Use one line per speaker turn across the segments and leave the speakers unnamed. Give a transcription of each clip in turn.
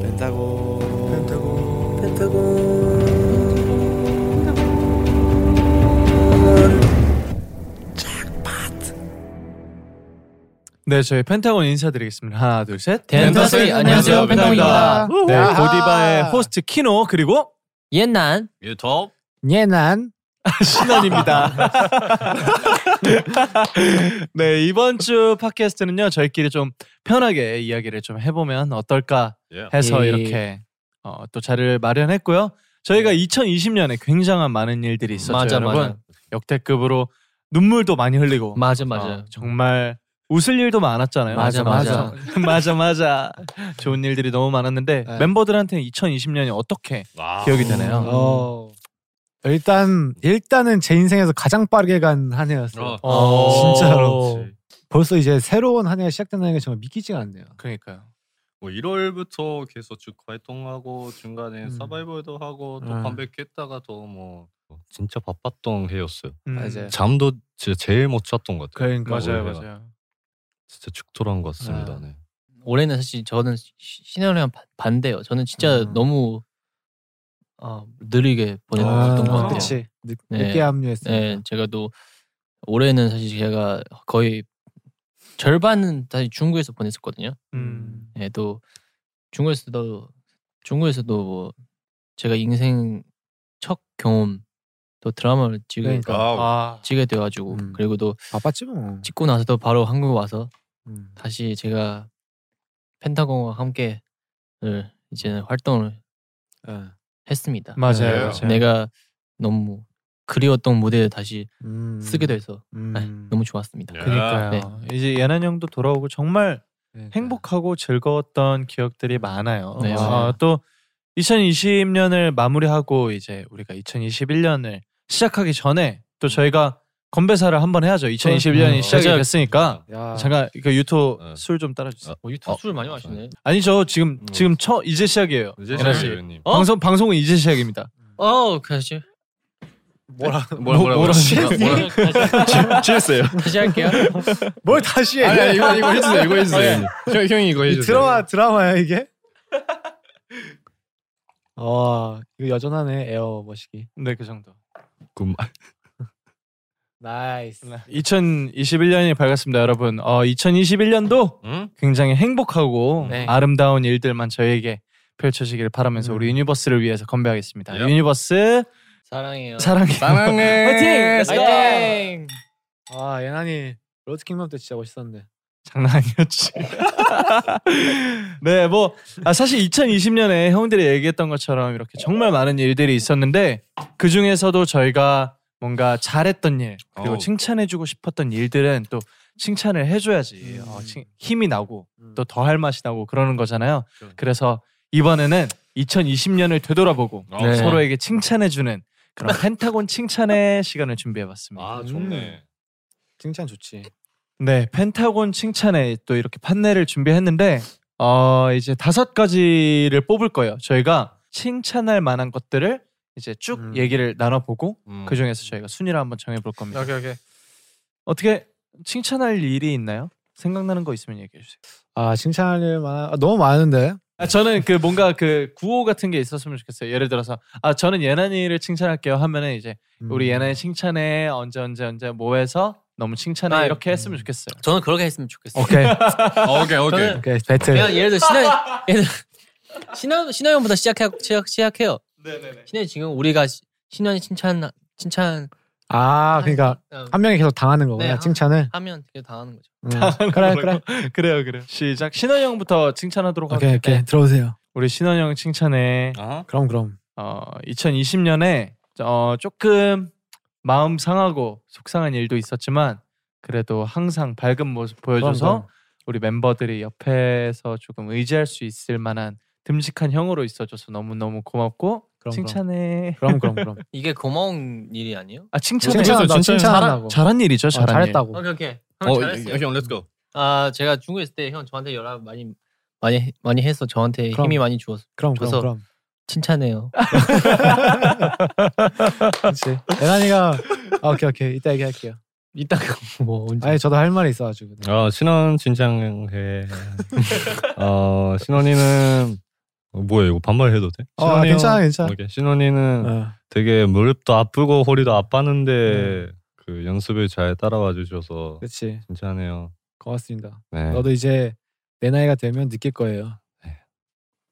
펜타곤 펜타곤
펜타곤
펜타곤
네, 저희 펜타곤 인사드리겠습니다. 하나, 둘, 셋.
덴터스리 안녕하세요 펜타곤입니다.
네,
아하.
고디바의 호스트 키노 그리고
옛날
유톡
예난
신원입니다. 네, 이번 주 팟캐스트는요. 저희끼리 좀 편하게 이야기를 좀 해보면 어떨까
예.
해서
예.
이렇게 어, 또 자리를 마련했고요.
예.
저희가 2020년에 굉장한 많은 일들이 있었죠,
맞아
여러분.
맞아
역대급으로 눈물도 많이 흘리고
맞아
어,
맞아
정말 웃을 일도 많았잖아요.
맞아, 맞아.
맞아 맞아. 좋은 일들이 너무 많았는데
네. 아.
멤버들한테는 2020년이 어떻게
와.
기억이 되나요?
어 일단 일단은 제 인생에서 가장 빠르게 간 한 해였어요.
어,
진짜로. 벌써 이제 새로운 한 해가 시작된다는 게 정말 믿기지가 않네요.
그러니까요.
뭐 1월부터 계속 쭉 활동하고 중간에
음.
서바이벌도 하고 또
음.
컴백했다가 또뭐 진짜 바빴던 해였어요.
음.
맞아요.
잠도 진짜 제일 못 잤던 것 같아요.
그러니까
맞아요,
올해가.
맞아요.
진짜 죽돌한 것 같습니다.
아.
네.
올해는 사실 저는 신현이랑 바- 반대예요. 저는 진짜
음.
너무 아, 느리게 보냈던 것
아,
같아요.
그치. 늦,
네.
늦게 합류했어요.
네, 제가 또 올해는 사실 제가 거의 절반은 사실 중국에서 보냈었거든요.
음.
네, 또 중국에서도 중국에서도 뭐 제가 인생 첫 경험 또 드라마를 찍게
그러니까.
아,
찍게 돼가지고
음.
그리고 또
바빴지 뭐.
찍고 나서도 바로 한국 와서
음.
다시 제가 펜타곤과 함께 이제 는 활동을
네.
했습니다.
맞아요,
네.
맞아요.
내가 너무 그리웠던 무대를 다시
음.
쓰게 돼서
음.
아, 너무 좋았습니다.
야.
그러니까요.
네.
이제 예난 형도 돌아오고 정말
그러니까.
행복하고 즐거웠던 기억들이 많아요.
네,
어,
맞아요.
또 2020년을 마무리하고 이제 우리가 2021년을 시작하기 전에 또 저희가 건배사를 한번 해야죠. 2021년이
음,
시작이
맞아요.
그러니까.
됐으니까
야.
잠깐 그 유토
네.
술 좀 따라주세요.
어, 유튜브 술 많이 마시네.
아니죠 지금
음.
지금 처 이제 시작이에요.
이제
예나 씨.
시작이에요, 님.
어?
방송 방송은 이제 시작입니다.
음.
어, 그렇지.
뭐라
뭐라 뭐라 뭐라 뭐라 취했어요.
네. 다시 할게요.
뭘 다시 해?
아니 아니 이거 이거 해주세요. 이거 해주세요. 형 형이
네.
이거
이
해주세요.
드라마 드라마야 이게? 어 이거 여전하네 에어 머시기.
네 그 정도.
굿.
나이스.
네.
2021년이 밝았습니다, 여러분. 어 2021년도
응?
굉장히 행복하고
네.
아름다운 일들만 저희에게 펼쳐지기를 바라면서
음.
우리 유니버스를 위해서 건배하겠습니다.
Yep.
유니버스
사랑해요.
사랑해.
사랑해.
화이팅!
파이팅!
아 예난이 로드킹덤 때 진짜 멋있었는데.
장난 아니었지. 네, 뭐 아, 사실 2020년에 형들이 얘기했던 것처럼 이렇게 정말 많은 일들이 있었는데 그 중에서도 저희가 뭔가 잘했던 일 그리고
어우.
칭찬해주고 싶었던 일들은 또 칭찬을 해줘야지
음.
어, 칭- 힘이 나고 또 더 할 맛이 나고 그러는 거잖아요.
그럼요.
그래서 이번에는 2020년을 되돌아보고
어.
네.
서로에게 칭찬해주는 그런 펜타곤 칭찬의 시간을 준비해봤습니다.
아 좋네.
칭찬 좋지.
네, 펜타곤 칭찬에 또 이렇게 판넬을 준비했는데 어, 이제 다섯 가지를 뽑을 거예요. 저희가 칭찬할 만한 것들을 이제 쭉
음.
얘기를 나눠보고
음.
그 중에서 저희가 순위를 한번 정해볼 겁니다.
오케이 오케이.
어떻게 칭찬할 일이 있나요? 생각나는 거 있으면 얘기해 주세요.
아 칭찬할 만한 아, 너무 많은데.
아, 저는 그 뭔가 그 구호 같은 게 있었으면 좋겠어요. 예를 들어서 아 저는 예나니를 칭찬할게요 하면은 이제
음.
우리 예나니 칭찬해 언제 언제 언제 뭐해서 너무 칭찬해
아,
이렇게 했으면 좋겠어요.
저는 그렇게 했으면
음.
좋겠어요.
오케이
아, 오케이 오케이.
저는
오케이 배틀.
그냥 예를 들어 신하 예를 들어 신하 신하 형보다 시작해 시작 시작해요.
네네네.
신혜 지금 우리가 시- 신현이 칭찬 칭찬
아 그러니까
어,
한 명이 계속 당하는 거구나
네,
칭찬을.
하면 되게 당하는 거죠.
음. 그래 그래.
그래요 그래요. 시작. 신원 형부터 칭찬하도록
오케이
할게요.
네.
오케이 들어오세요.
우리 신원 형 칭찬해.
아하.
그럼 그럼.
어 2020년에 어 조금 마음 상하고 속상한 일도 있었지만 그래도 항상 밝은 모습
그럼,
보여줘서
그럼.
우리 멤버들이 옆에서 조금 의지할 수 있을 만한 듬직한 형으로 있어줘서 너무 너무 고맙고
그럼,
칭찬해.
그럼 그럼 그럼.
이게 고마운 일이 아니에요?
아 칭찬해.
칭찬한다
진짜
칭찬한다고.
잘한 일이죠.
어,
잘한
잘했다고.
오케이 오케이. 형
어
잘했어요.
형 렛츠고.
아 제가 중국에 있을 때 형 저한테 연락 많이 많이 해- 많이 해서 저한테
그럼.
힘이 많이 주었어.
그럼 그럼
줘서.
그럼.
칭찬해요.
그렇지. 대란이가 아, 오케이 오케이 이따 얘기할게요.
이따가 뭐
네.
언제
아니 저도 할 말이 있어가지고. 네.
어, 신원 진창회. 어, 신원이는 어, 뭐야 이거 반말해도 돼?
어, 아, 괜찮아, 괜찮아.
오케이.
음.
신원이는
어.
되게 무릎도 아프고 허리도 아팠는데
네.
그 연습을 잘 따라와 주셔서
그렇지.
진짜네요.
고맙습니다.
네.
너도 이제 내 나이가 되면 느낄 거예요.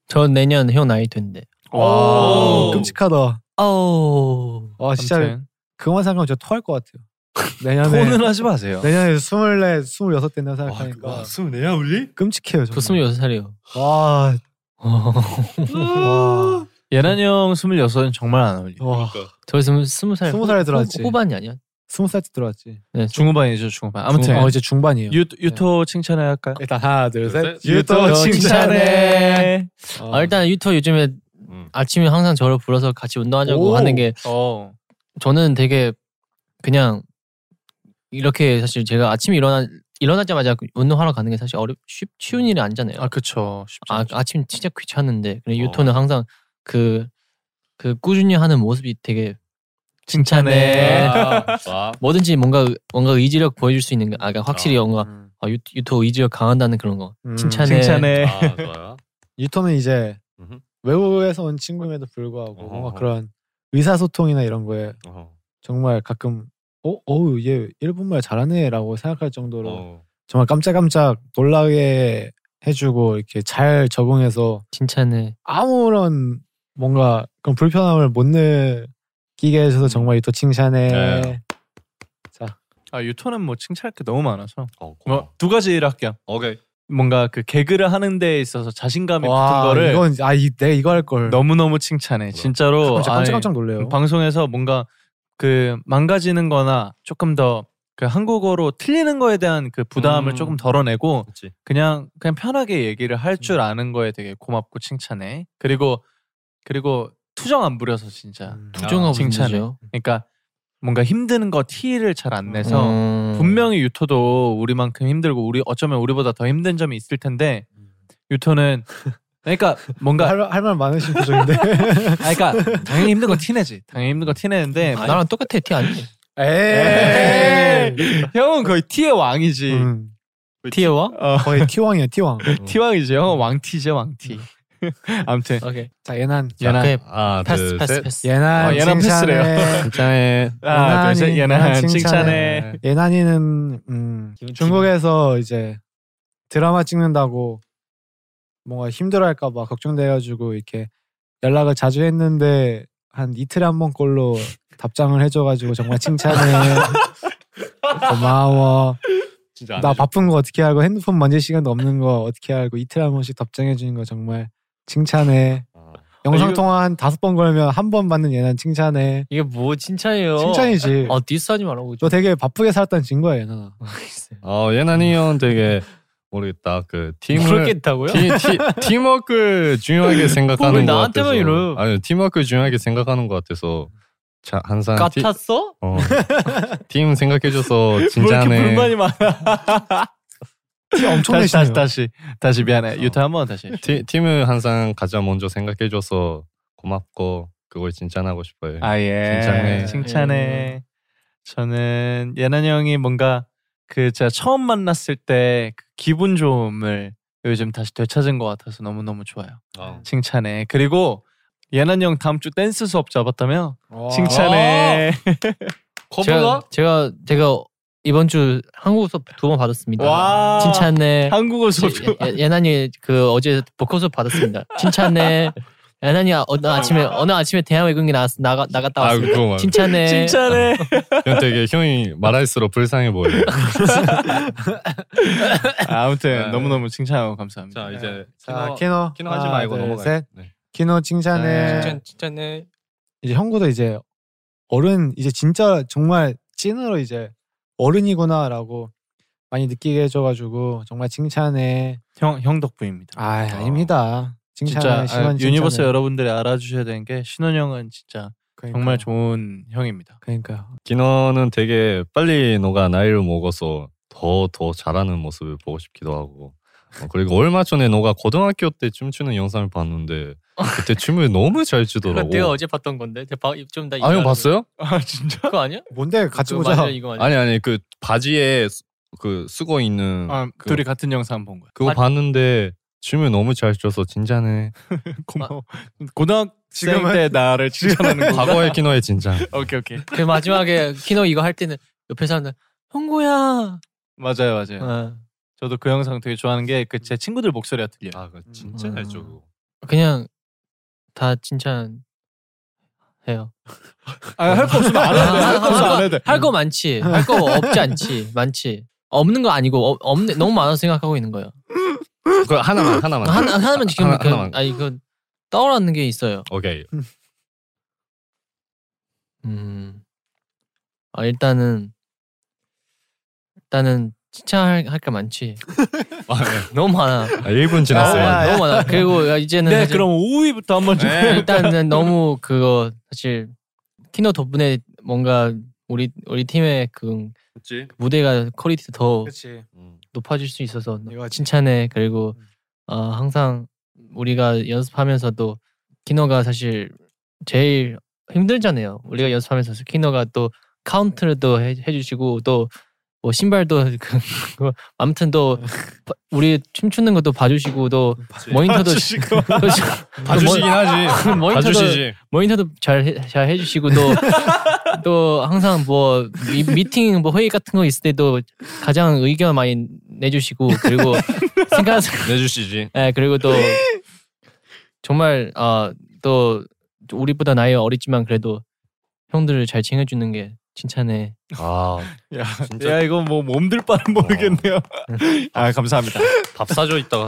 전 내년 형 나이 된대.
오. 그
오, 끔찍하다.
어.
와 진짜
아무튼
그만 생각하면 저 토할 것 같아요.
네.
내년에
폰은 하지 마세요.
내년에 스물네, 스물여섯 된다 생각하니까
숨 내야 우리?
끔찍해요.
저
그
정말.
26살이요.
와,
음.
와,
예난 형 26은 정말 안 어울려.
와,
그러니까.
저 있으면 20살.
스무 살에 들어왔지.
후반이 아니야?
스무 살 때 들어왔지.
네.
중후반이죠, 중후반. 아무튼
어, 이제 중반이에요.
유, 유토 칭찬해 할까요? 어,
일단 하나, 둘,
둘,
셋.
셋. 유토
칭찬해.
어.
아, 일단 유튜브 요즘에 아침에 항상 저를 불러서 같이 운동하자고
음. 오.
하는 게
어.
저는 되게 그냥 이렇게 사실 제가 아침에 일어나 일어나자마자 그 운동하러 가는 게 사실 어렵 쉽 쉬운 일이 아니잖아요.
아, 그쵸. 쉽지
아,
않죠.
아침 진짜 귀찮은데 근데
어.
유토는 항상 그 그 꾸준히 하는 모습이 되게
네.
칭찬해.
와.
뭐든지 뭔가 뭔가 의지력 보여줄 수 있는 거, 아, 그러니까 확실히 뭔가
음.
아, 유, 유토 의지력 강하다는 그런 거.
음.
칭찬해.
칭찬해.
아, 좋아요.
유토는 이제
음흠.
외국에서 온 친구임에도 불구하고 뭔가
어허.
그런 의사소통이나 이런 거에
어. 얘
정말 가끔 어, 어우 얘 일본말 잘하네라고 생각할 정도로
어.
정말 깜짝깜짝 놀라게 해주고 이렇게 잘 적응해서
칭찬해.
아무런 뭔가 그런 불편함을 못 느끼게 해줘서 정말 유토 칭찬해.
네.
아, 유토는 뭐 칭찬할 게 너무 많아서.
어,
뭐
고마워.
두 가지를 할게요.
오케이.
뭔가 그 개그를 하는 데 있어서 자신감이 붙은
와
거를
이건 아 이, 내가 이거 할 걸.
너무너무 칭찬해. 진짜로
깜짝,
아니,
깜짝, 깜짝 놀래요.
방송에서 뭔가 그 망가지는 거나 조금 더 그 한국어로 틀리는 거에 대한 그 부담을
음.
조금 덜어내고
그렇지.
그냥 그냥 편하게 얘기를 할 줄 아는 거에 되게 고맙고 칭찬해. 그리고 그리고 투정 안 부려서 진짜.
음.
부정하고
칭찬해.
칭찬해요.
그러니까 뭔가 힘든 거 티를 잘 안 내서
음.
분명히 유토도 우리만큼 힘들고 우리 어쩌면 우리보다 더 힘든 점이 있을 텐데 유토는 그러니까 뭔가 아,
뭐 할 말 많으신 표정인데.
그러니까 당연히 힘든 거 티내지 당연히 힘든 거 티내는데
아, 나랑 똑같아 티 아니?
에이.
형은 거의 티의 왕이지
음,
티에와?
어,
거의 티왕이야 티왕.
티왕이지 형은 왕티죠 왕티 음. 아무튼
오케이.
자 예난
예나
오케이.
아,
패스
둘,
패스
셋.
패스.
예난
그 어, 예난
칭찬해.
진짜네.
하나 둘셋 예나
예나
칭찬해
칭찬해. 예난이는 음,
기분-
중국에서 이제 드라마 찍는다고 뭔가 힘들어할까봐 걱정돼가지고 이렇게 연락을 자주 했는데 한 이틀에 한 번꼴로 답장을 해줘가지고 정말 칭찬해. 고마워.
진짜 안
나
해줘.
바쁜 거 어떻게 알고 핸드폰 만질 시간도 없는 거 어떻게 알고 이틀에 한 번씩 답장해 주는 거 정말 칭찬해.
아.
영상
이거-
통화 한 다섯 번 걸면 한 번 받는 예난 칭찬해.
이게 뭐 칭찬이에요?
칭찬이지.
어 디스하지 말라고.
너 되게 바쁘게 살았다는 증거야 예나.
어, 예난이 형 되게 모르겠다. 그 팀을
그렇겠다고요?
팀, 팀, 팀워크 중요하게
왜
생각하는 것
나한테만
같아서.
이래요?
아니 팀워크 중요하게 생각하는 것 같아서 자, 항상 팀,
같았어?
어, 팀 생각해줘서
왜 이렇게 불만이
진짜네.
많아
티 엄청
다시
내시네요.
다시 다시 다시 미안해 유토 한 번 다시
팀, 팀을 항상 가장 먼저 생각해줘서 고맙고 그걸 진짠하고 싶어요.
아예
칭찬해.
칭찬해. 저는 예난 형이 뭔가 그 제가 처음 만났을 때그 기분 좋음을 요즘 다시 되찾은 것 같아서 너무 너무 좋아요.
어.
칭찬해. 그리고 예난 형 다음 주 댄스 수업 잡았다며
와.
칭찬해.
제가 제가 제가 이번 주 한국 수업 두 번 받았습니다.
와.
칭찬해.
한국어 수업.
예- 예- 예난이 그 어제 보컬 수업 받았습니다. 칭찬해. 예난이 아- 어느 아침에 어느 아침에 대한 외국인 나갔 나가, 나갔다
아,
왔어요.
그거 말.
칭찬해.
칭찬해.
형 되게 형이 말할수록 불쌍해 보여.
아무튼
네.
너무 너무 칭찬하고 감사합니다.
자 이제
자
키노
키노
키노 하지
하나,
말고
둘,
넘어가.
셋. 키노 칭찬해.
칭찬.
칭찬해.
이제 형구도 이제 어른 이제 진짜 정말 찐으로 이제 어른이구나라고 많이 느끼게 해줘가지고 정말 칭찬해.
형 형 덕분입니다.
아 아닙니다.
어. 진짜
칭찬해.
아,
시원
유니버스
칭찬해.
여러분들이 알아주셔야 되는 게 신원 형은 진짜
그러니까.
정말 좋은 형입니다.
그러니까
기너는 되게 빨리 너가 나이를 먹어서 더 더 잘하는 모습을 보고 싶기도 하고 어, 그리고 얼마 전에 너가 고등학교 때 춤추는 영상을 봤는데 그때 춤을 너무 잘 추더라고.
그건 내가 어제 봤던 건데. 좀더
아 형 봤어요?
아 진짜?
그거 아니야?
뭔데 같이
그거
보자.
맞아요, 이거 맞아.
아니 아니 그 바지에 수- 그 쓰고 있는
아,
그,
둘이 같은 영상 본 거야.
그거
아-
봤는데 춤을 너무 잘 춰서 진짜네.
아, 고마워. 고등학생
지금은-
때 나를 칭찬하는 거.
과거의 키노의 진짜.
오케이 오케이.
그 마지막에 키노 이거 할 때는 옆에 사람들 형구야.
맞아요 맞아요.
어.
저도 그 영상 되게 좋아하는 게 그 제 친구들 목소리가 들려. 요
아 그거
음.
진짜 잘 추고.
그냥 다 칭찬해요.
아할 거 없으면 안 해도 돼. 할 거 없으면 안 해도 돼.
할 거 많지. 할 거 없지 않지. 많지. 없는 거 아니고 어, 없네 너무 많아서 생각하고 있는 거예요.
그 하나만 하나만.
하나 하나만 지금
하나,
그,
하나만.
아니 그 떠오르는 게 있어요.
오케이.
음. 아 일단은 일단은 칭찬할 할 게 많지.
아, 네.
너무 많아.
아, 1분 지났어요.
아,
너무 많아. 그리고 이제는
네
사실
그럼 5위부터 한번 좀.
네.
일단은 너무 그거 사실 키노 덕분에 뭔가 우리 우리 팀의 그
그치?
무대가 퀄리티 더
그렇지.
음.
높아질 수 있어서
이거
칭찬해 그리고
음.
어, 항상 우리가 연습하면서도 키노가 사실 제일 힘들잖아요. 우리가 연습하면서 키노가 또 카운트도 해, 해주시고 또 뭐 신발도 그- 그거 아무튼 또 바- 우리 춤추는 것도 봐주시고 또
네.
모니터도
봐주시긴 하지.
또 모- 모니터도
봐주시지.
모니터도 뭐 잘잘 해주시고 또 또 항상 뭐 미, 미팅 뭐 회의 같은 거 있을 때도 가장 의견 많이 내주시고 그리고 생각
내주시지.
예 그리고 또 정말 아또 우리보다 나이 어리지만 그래도 형들을 잘 챙겨주는 게 칭찬해
아
야,
진짜
야 이거 뭐 몸들 바는 모르겠네요. 아 감사합니다.
밥 사줘 있다가.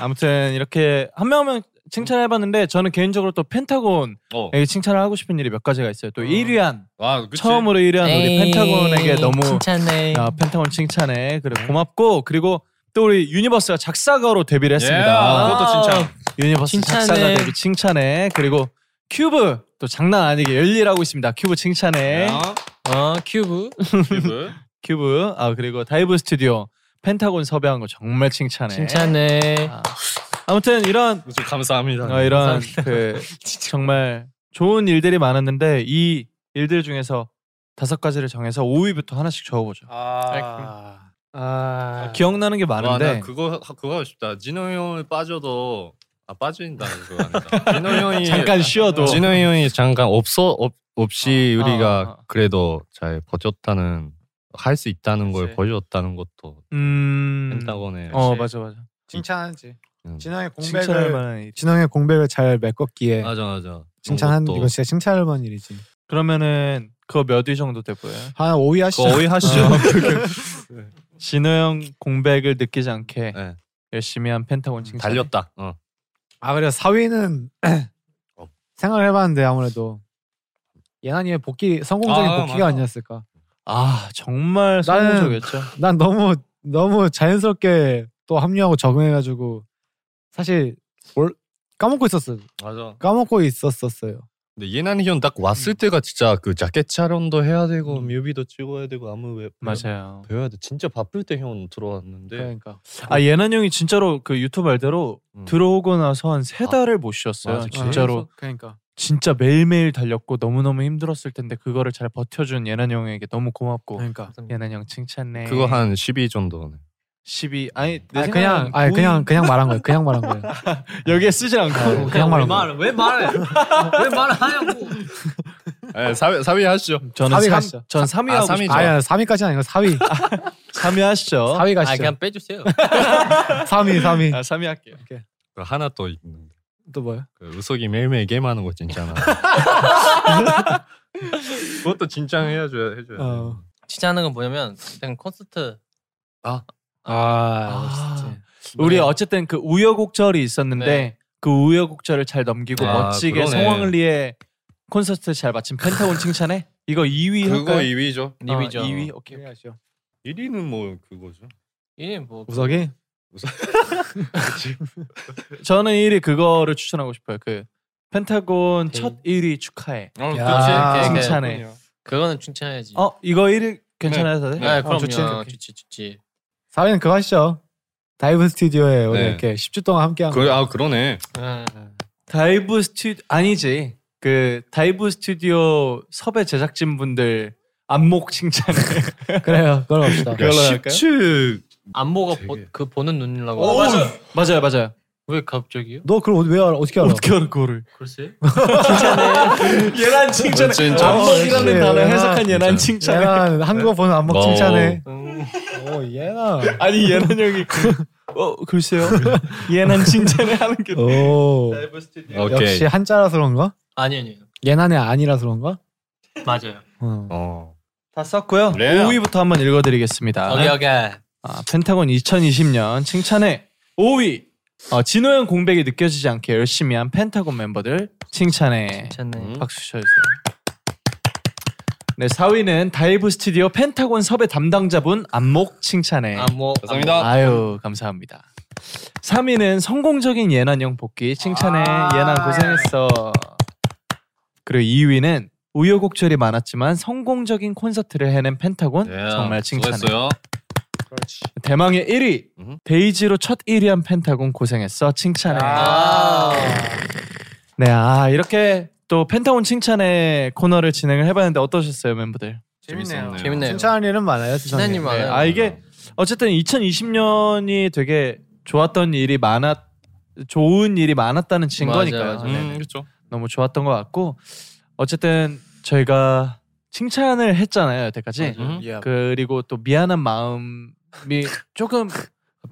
아무튼 이렇게 한 명 한 명 칭찬해봤는데 저는 개인적으로 또 펜타곤에게
어.
칭찬을 하고 싶은 일이 몇 가지가 있어요. 또
음.
1위한
아 그치.
처음으로 1위한 우리 펜타곤에게 너무
그
아.
칭찬해
네.
야, 펜타곤 칭찬해. 그래 고맙고 그리고 또 우리 유니버스가 작사가로
예,
데뷔를 했습니다. 아,
그것도 진짜.
유니버스
칭찬해.
작사가 데뷔 칭찬해. 그리고 큐브 또 장난 아니게 열일하고 있습니다. 큐브 칭찬해.
야,
어 큐브
팁을.
큐브 아 그리고 다이브 스튜디오 펜타곤 섭외한 거 정말 칭찬해.
칭찬해
아, 아무튼 이런
좀 아, 감사합니다.
어, 이런 그 정말 좋은 일들이 많았는데 이 일들 중에서 다섯 가지를 정해서 5위부터 하나씩 적어보죠.
아,
아,
기억나는 게 많은데
와, 나 그거 하- 그거 하고 싶다. 진호 형이 빠져도 아 빠진다 그거 아니다. 진호 형이
잠깐 쉬어도
진호 형이 잠깐 없어 없, 없이
어,
우리가
어, 어.
그래도 잘 버텼다는 할 수 있다는
그치.
걸 보여줬다는 것도
음...
펜타곤의
어 맞아 맞아.
칭찬하지.
음.
진영의
칭찬할
공백을
만한 일.
진영의 공백을 잘
네.
메꿨기에
맞아 맞아.
칭찬한
그런
이거
것도-
진짜 칭찬할 만한 일이지. 아,
그러면은 그거 몇 위 정도 돼 보여요? 아,
한 5위 하시죠. 네.
거의 하시죠.
진호 형 공백을 느끼지 않게
네.
열심히 한 펜타곤 칭찬.
달렸다. 어.
아 그래 4위는
어.
생각을 해봤는데 아무래도 예나님의 복귀 성공적인
아,
복귀가
맞아.
아니었을까.
아
나는-
정말
그
성공적이었죠.
난 너무 너무 자연스럽게 또 합류하고 적응해가지고 사실 뭘 까먹고 있었어.
맞아.
까먹고 있었었어요.
근데 예난이 형 딱
음.
왔을 때가 진짜 그 자켓 촬영도 해야 되고 뮤비도 찍어야 되고 아무 왜
맞아요.
배워야 돼. 진짜 바쁠 때 형 들어왔는데
그러니까
아 예난 형이 진짜로 그 유튜브 말대로
음.
들어오고 나서 한 세 달을 못 쉬었어요.
맞아.
진짜로
아, 그러니까
진짜 매일매일 달렸고 너무너무 힘들었을 텐데 그거를 잘 버텨준 예난 형에게 너무 고맙고
그러니까
예난 형 칭찬해.
그거 한 12 정도네.
12 아니 내
아니,
생각엔
그냥 아니
거의
그냥 그냥 말한 거예요. 그냥 말한 거예요.
여기에 쓰지 않고
그냥 말한 거예요.
왜 말해 왜 말하냐고
네,
예,
4위, 4위 하시죠.
저는
삼위
3,
가시죠.
전 3위
아,
하고
삼위.
싶어요.
아야 3위까지 아니고 4위.
3위 하시죠.
4위
아
가시죠.
그냥 빼주세요
3위 3위.
아 3위 할게요.
그 하나 또 있는데.
또 뭐야?
그 우석이 매일매일 게임하는 거 진짜 나. 그것도 진짜 해줘야 해줘야.
어.
칭찬하는 건 뭐냐면 일단 콘서트
아,
네.
우리 어쨌든 그 우여곡절이 있었는데
네.
그 우여곡절을 잘 넘기고
아,
멋지게
그러네.
성황리에 콘서트 잘 마친 펜타곤 칭찬해. 이거 2위
그거
할까요?
2위죠.
아,
리뷰죠
2위 오케이.
1위는 뭐 그거죠.
이게 뭐
우석이?
저는 1위 그거를 추천하고 싶어요. 그 펜타곤
오케이.
첫 1위 축하해.
어,
야,
그렇지.
네.
칭찬해.
그거는 칭찬해야지
어 이거 1위 괜찮아서 돼?
네,
네,
그럼요
어, 좋지, 좋지.
좋지 좋지
4위는 그거 하시죠. 다이브 스튜디오에 오늘
네. 아,
이렇게 10주 동안 함께한 거.
그, 아 그러네.
아,
다이브 스튜 아니지 그 다이브 스튜디오 섭외 제작진 분들 안목 칭찬
그래요. 그걸
그러니까
합시다.
그걸로 할까요?
십측
안목가
되게-
그 보는 눈이라고.
오, 어, 맞아요 맞아요 맞아요
왜 갑자기요?
너 그걸 어디- 왜 알아? 어떻게 알아?
어떻게 알아 그거를
글쎄.
예난 칭찬
진짜.
아, 안목이라는
진짜.
단어 해석한 예난
진짜.
칭찬
얘는 한국어 보는 안목
어.
칭찬해. 오 얘나.
아니 예난 형이 그- 어 글쎄요 예난 칭찬을 하는 게
어. 오
다이브 스튜디오
오케이.
역시 한자라서 그런가?
아니 아니요.
얘나네 아니라서 그런가?
맞아요.
어.
어.
다 썼고요
그래요.
5위부터 한번 읽어드리겠습니다
오케이 오케이.
아, 펜타곤 2020년 칭찬해 5위 어, 진호형 공백이 느껴지지 않게 열심히 한 펜타곤 멤버들 칭찬해
괜찮네.
음.
박수 쳐주세요 네 4위는 다이브 스튜디오 펜타곤 섭외 담당자분 안목 칭찬해
안목.
감사합니다.
아유 감사합니다 3위는 성공적인 예난형 복귀 칭찬해
아.
예난 고생했어 그리고 2위는 우여곡절이 많았지만 성공적인 콘서트를 해낸 펜타곤
예,
정말 칭찬해
수고했어요.
대망의 1위
음.
데이지로 첫 1위한 펜타곤 고생했어 칭찬해
아.
네, 아 이렇게 또 펜타곤 칭찬의 코너를 진행을 해봤는데 어떠셨어요 멤버들?
재밌네요.
재밌네요.
칭찬할 일은 많아요. 세상에.
신나님
네,
많아요.
아 이게 어쨌든 2020년이 되게 좋았던 일이 많았 좋은 일이 많았다는 증거니까요.
맞아요.
저는.
음, 그렇죠.
너무 좋았던 것 같고 어쨌든 저희가 칭찬을 했잖아요 여태까지
맞아요.
그리고 또 미안한 마음이 조금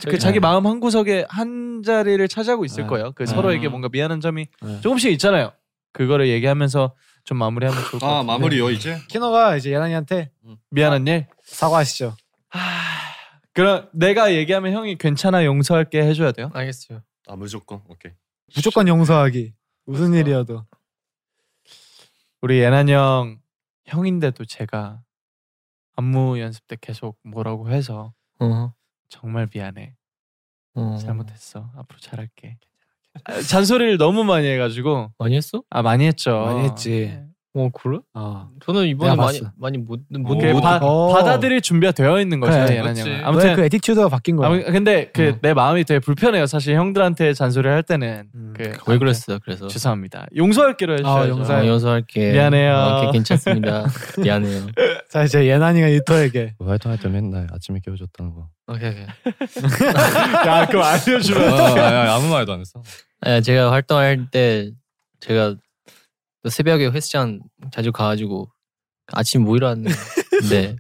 그 자기 마음 한 구석에 한 자리를 차지하고 있을
네.
거예요.
네.
그 서로에게
음.
뭔가 미안한 점이
네.
조금씩 있잖아요. 그거를 얘기하면서 좀 마무리하면 좋을 것 같아요.
아 마무리요 이제.
키노가 이제 예나니한테
미안한 일.
사과하시죠.
그럼 내가 얘기하면 형이 괜찮아 용서할게 해줘야 돼요.
알겠어요.
아 무조건 오케이.
무조건 용서하기.
그렇죠.
무슨 일이어도.
우리 예난 형 형인데도 제가 안무 연습 때 계속 뭐라고 해서
어.
정말 미안해.
어.
잘못했어. 앞으로 잘할게. 아, 잔소리를 너무 많이 해가지고
많이 했어?
아 많이 했죠. 네.
많이 했지.
어 그래?
아.
뭐,
어.
저는 이번에
내가
많이
봤어.
많이 못못
오.
그
못-
바,
오.
받아들일 준비가 되어 있는 거죠
그래,
예난
그렇지.
형은.
아무튼
아무튼
그 에티튜드가 바뀐 거야.
아, 근데 그
음.
내 마음이 되게 불편해요. 사실 형들한테 잔소리를 할 때는
음.
그
왜 그랬어? 그래서
죄송합니다. 용서할기로 해주셔야죠.
용서.
어, 용서할게.
미안해요.
어, 오케이, 괜찮습니다. 미안해요.
자 이제 예나니가 이토에게
활동할 때 맨날 아침에 깨워줬다는 거.
오케이 오케이.
야, 그럼 알려주면
아, 무 말도 안 했어.
예, 제가 활동할 때 제가 또 새벽에 헬스장 자주 가가지고 아침 못 일어났는데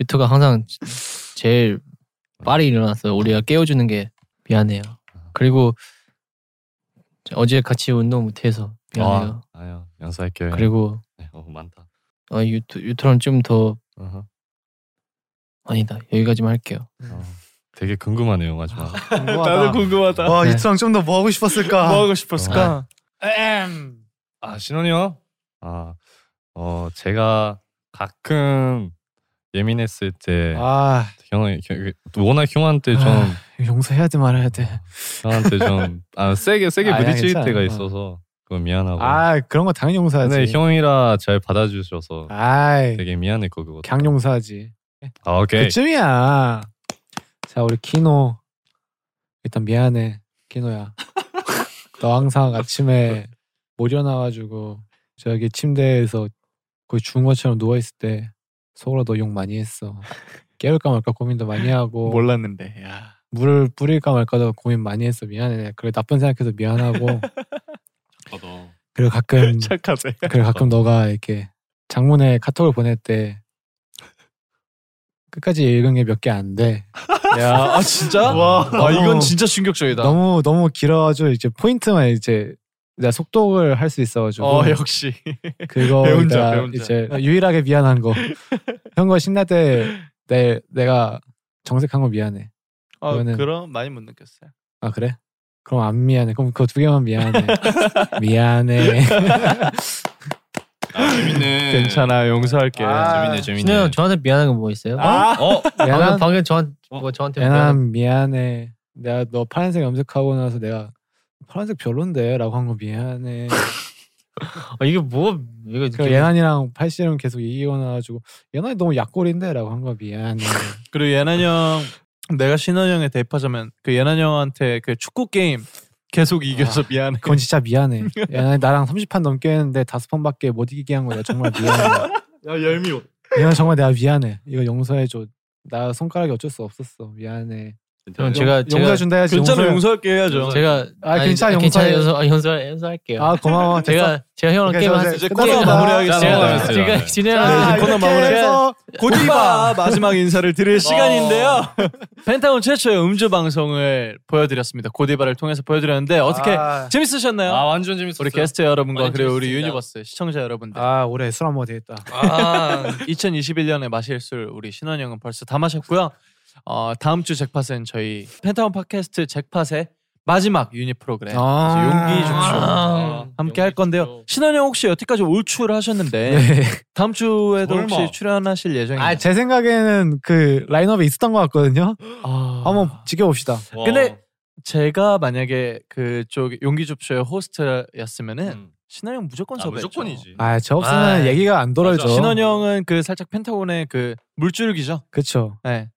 유토가 항상 제일 빨리 일어났어요. 우리가 깨워주는 게 미안해요.
아.
그리고 어제 같이 운동 못해서 미안해요.
아, 아니요 연습할게요.
그리고
네, 어, 많다.
어, 유토 유토랑 좀 더
어허.
아니다 여기까지만 할게요.
어, 되게 궁금하네요 마지막.
궁금하다.
나도 궁금하다.
와
네.
이토랑 좀 더 뭐 하고 싶었을까?
그 뭐 하고 싶었을까?
엠.
아 신원이요? 아, 어 제가 가끔 예민했을
네.
때
아
형은 그, 워낙 형한테 좀
아. 용서해야 돼 말아야 돼.
형한테 좀아 세게 세게
아니야,
부딪힐
괜찮아.
때가
어.
있어서 그거 미안하고.
아 그런 거 당연히 용서하지.
네,
근데 형이라 잘 받아주셔서
아이
되게 미안했고 그거.
강 용서하지.
아 오케이.
그쯤이야. 자 우리 키노 일단 미안해 키노야. 너 항상 아침에 못 일어나가지고 저기 침대에서 거의 죽은 것처럼 누워 있을 때 속으로 너 욕 많이 했어. 깨울까 말까 고민도 많이 하고
몰랐는데. 야.
물을 뿌릴까 말까도 고민 많이 했어 미안해. 그래 나쁜 생각해서 미안하고
저도.
그리고 가끔
착하세요.
그리고 가끔 너가 이렇게 장문에 카톡을 보낼 때 끝까지 읽은 게 몇 개 안 돼.
야, 아 진짜?
와.
아 이건
너무-
진짜 충격적이다.
너무 너무 길어가지고 이제 포인트만 이제 내가 속독을 할 수 있어가지고
어 역시.
그거
배운 자,
내가
배운 자.
이제 유일하게 미안한 거 형거 신날 때 내, 내가 정색한 거 미안해.
어,
이거는-
그럼 많이 못 느꼈어요.
아 그래? 그럼 안 미안해. 그럼 그거 두 개만 미안해. 미안해.
아 재밌네.
괜찮아, 용서할게.
아. 재밌네,
신혜 형 저한테 미안한 건 뭐 있어요?
아.
어?
방금
애남
방금 저한
어?
뭐 저한테 미안한
애남 아, 미안해. 내가 너 파란색 염색하고 나서 내가 파란색 별론데라고 한 거 미안해.
아, 이게 뭐 이거
그 예난이랑 팔씨름 계속 이기고 나가지고 예난이 너무 약골인데라고 한 거 미안해.
그리고 예난 형, 내가 신원 형에 대입하자면 그 예난 형한테 그 축구 게임 계속 이겨서 미안해.
그건 진짜 미안해. 야, 나랑 30판 넘게 했는데 다섯 판밖에 못 이기게 한 거야. 정말 미안해.
야 열미워.
이건 정말 내가 미안해. 이거 용서해 줘. 나 손가락이 어쩔 수 없었어. 미안해.
그럼 제가 제가
용서해 준다 해야지.
괜찮아
용서해.
용서할게 해야죠.
제가
아, 괜찮아,
괜찮아
용서해.
용서 아, 용서 용서할게요.
아 고마워. 됐어.
제가 제가 형랑
오케이, 아.
게임
저
한
이제
끝났다.
코너 마무리하겠습니다. 네.
끝났다.
제가 제가
끝났다.
자,
진행하는
이렇게
네, 코너 마무리를
해서
고디바 마지막 인사를 들을 시간인데요. 펜타곤 최초의 음주 방송을 보여드렸습니다. 고디바를 통해서 보여드렸는데 어떻게
아,
재밌으셨나요?
아 완전 재밌었어요.
우리 게스트 여러분과
완전
그리고 우리
재밌습니다.
유니버스 시청자 여러분들
아 올해 술 한 번 되겠다.
아, 2021년에 마실 술 우리 신원 형은 벌써 다 마셨고요. 어, 다음 주 잭팟은 저희 펜타곤 팟캐스트 잭팟의 마지막 유니 프로그램
아.
용기 중쇼
아,
함께 할 건데요. 신원 형 혹시 여태까지 올출을 하셨는데 다음 주에도
설마.
혹시 출연하실 예정인가요?
네. 아, 제 생각에는 그 라인업에 있었던 것 같거든요.
아.
한번 지켜봅시다.
와.
근데 제가 만약에 그쪽 용기 줍쇼의 호스트였으면은
음.
신원 형 무조건
아,
섭외했죠.
무조건이지.
아, 저 없으면
아이,
얘기가 안 돌아죠.
맞아.
예. 신원 형은 그 살짝 펜타곤의 그 물줄기죠.
그쵸.
네.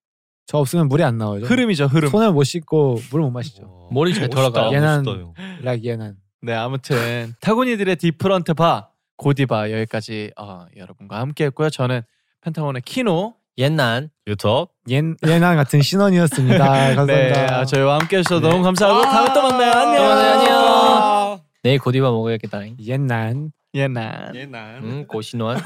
저 없으면 물이 안 나오죠.
흐름이죠, 흐름.
손을 못 씻고 물 못 마시죠.
와.
머리 잘
어. 멋있다,
돌아가요.
얘는-
멋있다, 형.
락 얘는.
네, 아무튼 타고니들의 디프런트 바 고디바 여기까지 어, 여러분과 함께했고요. 저는 펜타곤의 키노.
옛날
유튜브
옌, 예난 같은 신원이었습니다. 감사합니다. 네,
네, 아, 저희와 함께해주셔서 너무 감사하고
아,
다음에 또 만나요. 안녕.
안녕. 내일 고디바 먹어야겠다.
옛날
예나.
옛날.
응 고신원.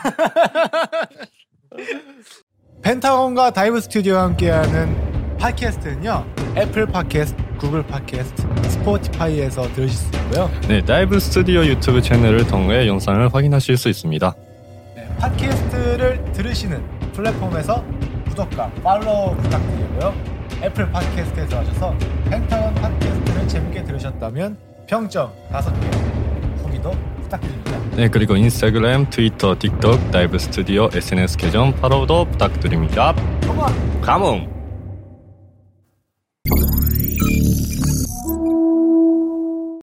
펜타곤과 다이브 스튜디오와 함께하는 팟캐스트는요 애플 팟캐스트, 구글 팟캐스트, 스포티파이에서 들으실 수 있고요
네, 다이브 스튜디오 유튜브 채널을 통해 영상을 확인하실 수 있습니다.
네, 팟캐스트를 들으시는 플랫폼에서 구독과 팔로우 부탁드리고요 애플 팟캐스트에 들어가셔서 펜타곤 팟캐스트를 재밌게 들으셨다면 평점 5개 후기도 부탁드립니다
네, 그리고 인스타그램, 트위터, 틱톡, 다이브 스튜디오 SNS 계정 팔로우도 부탁드립니다.
고마
감흥.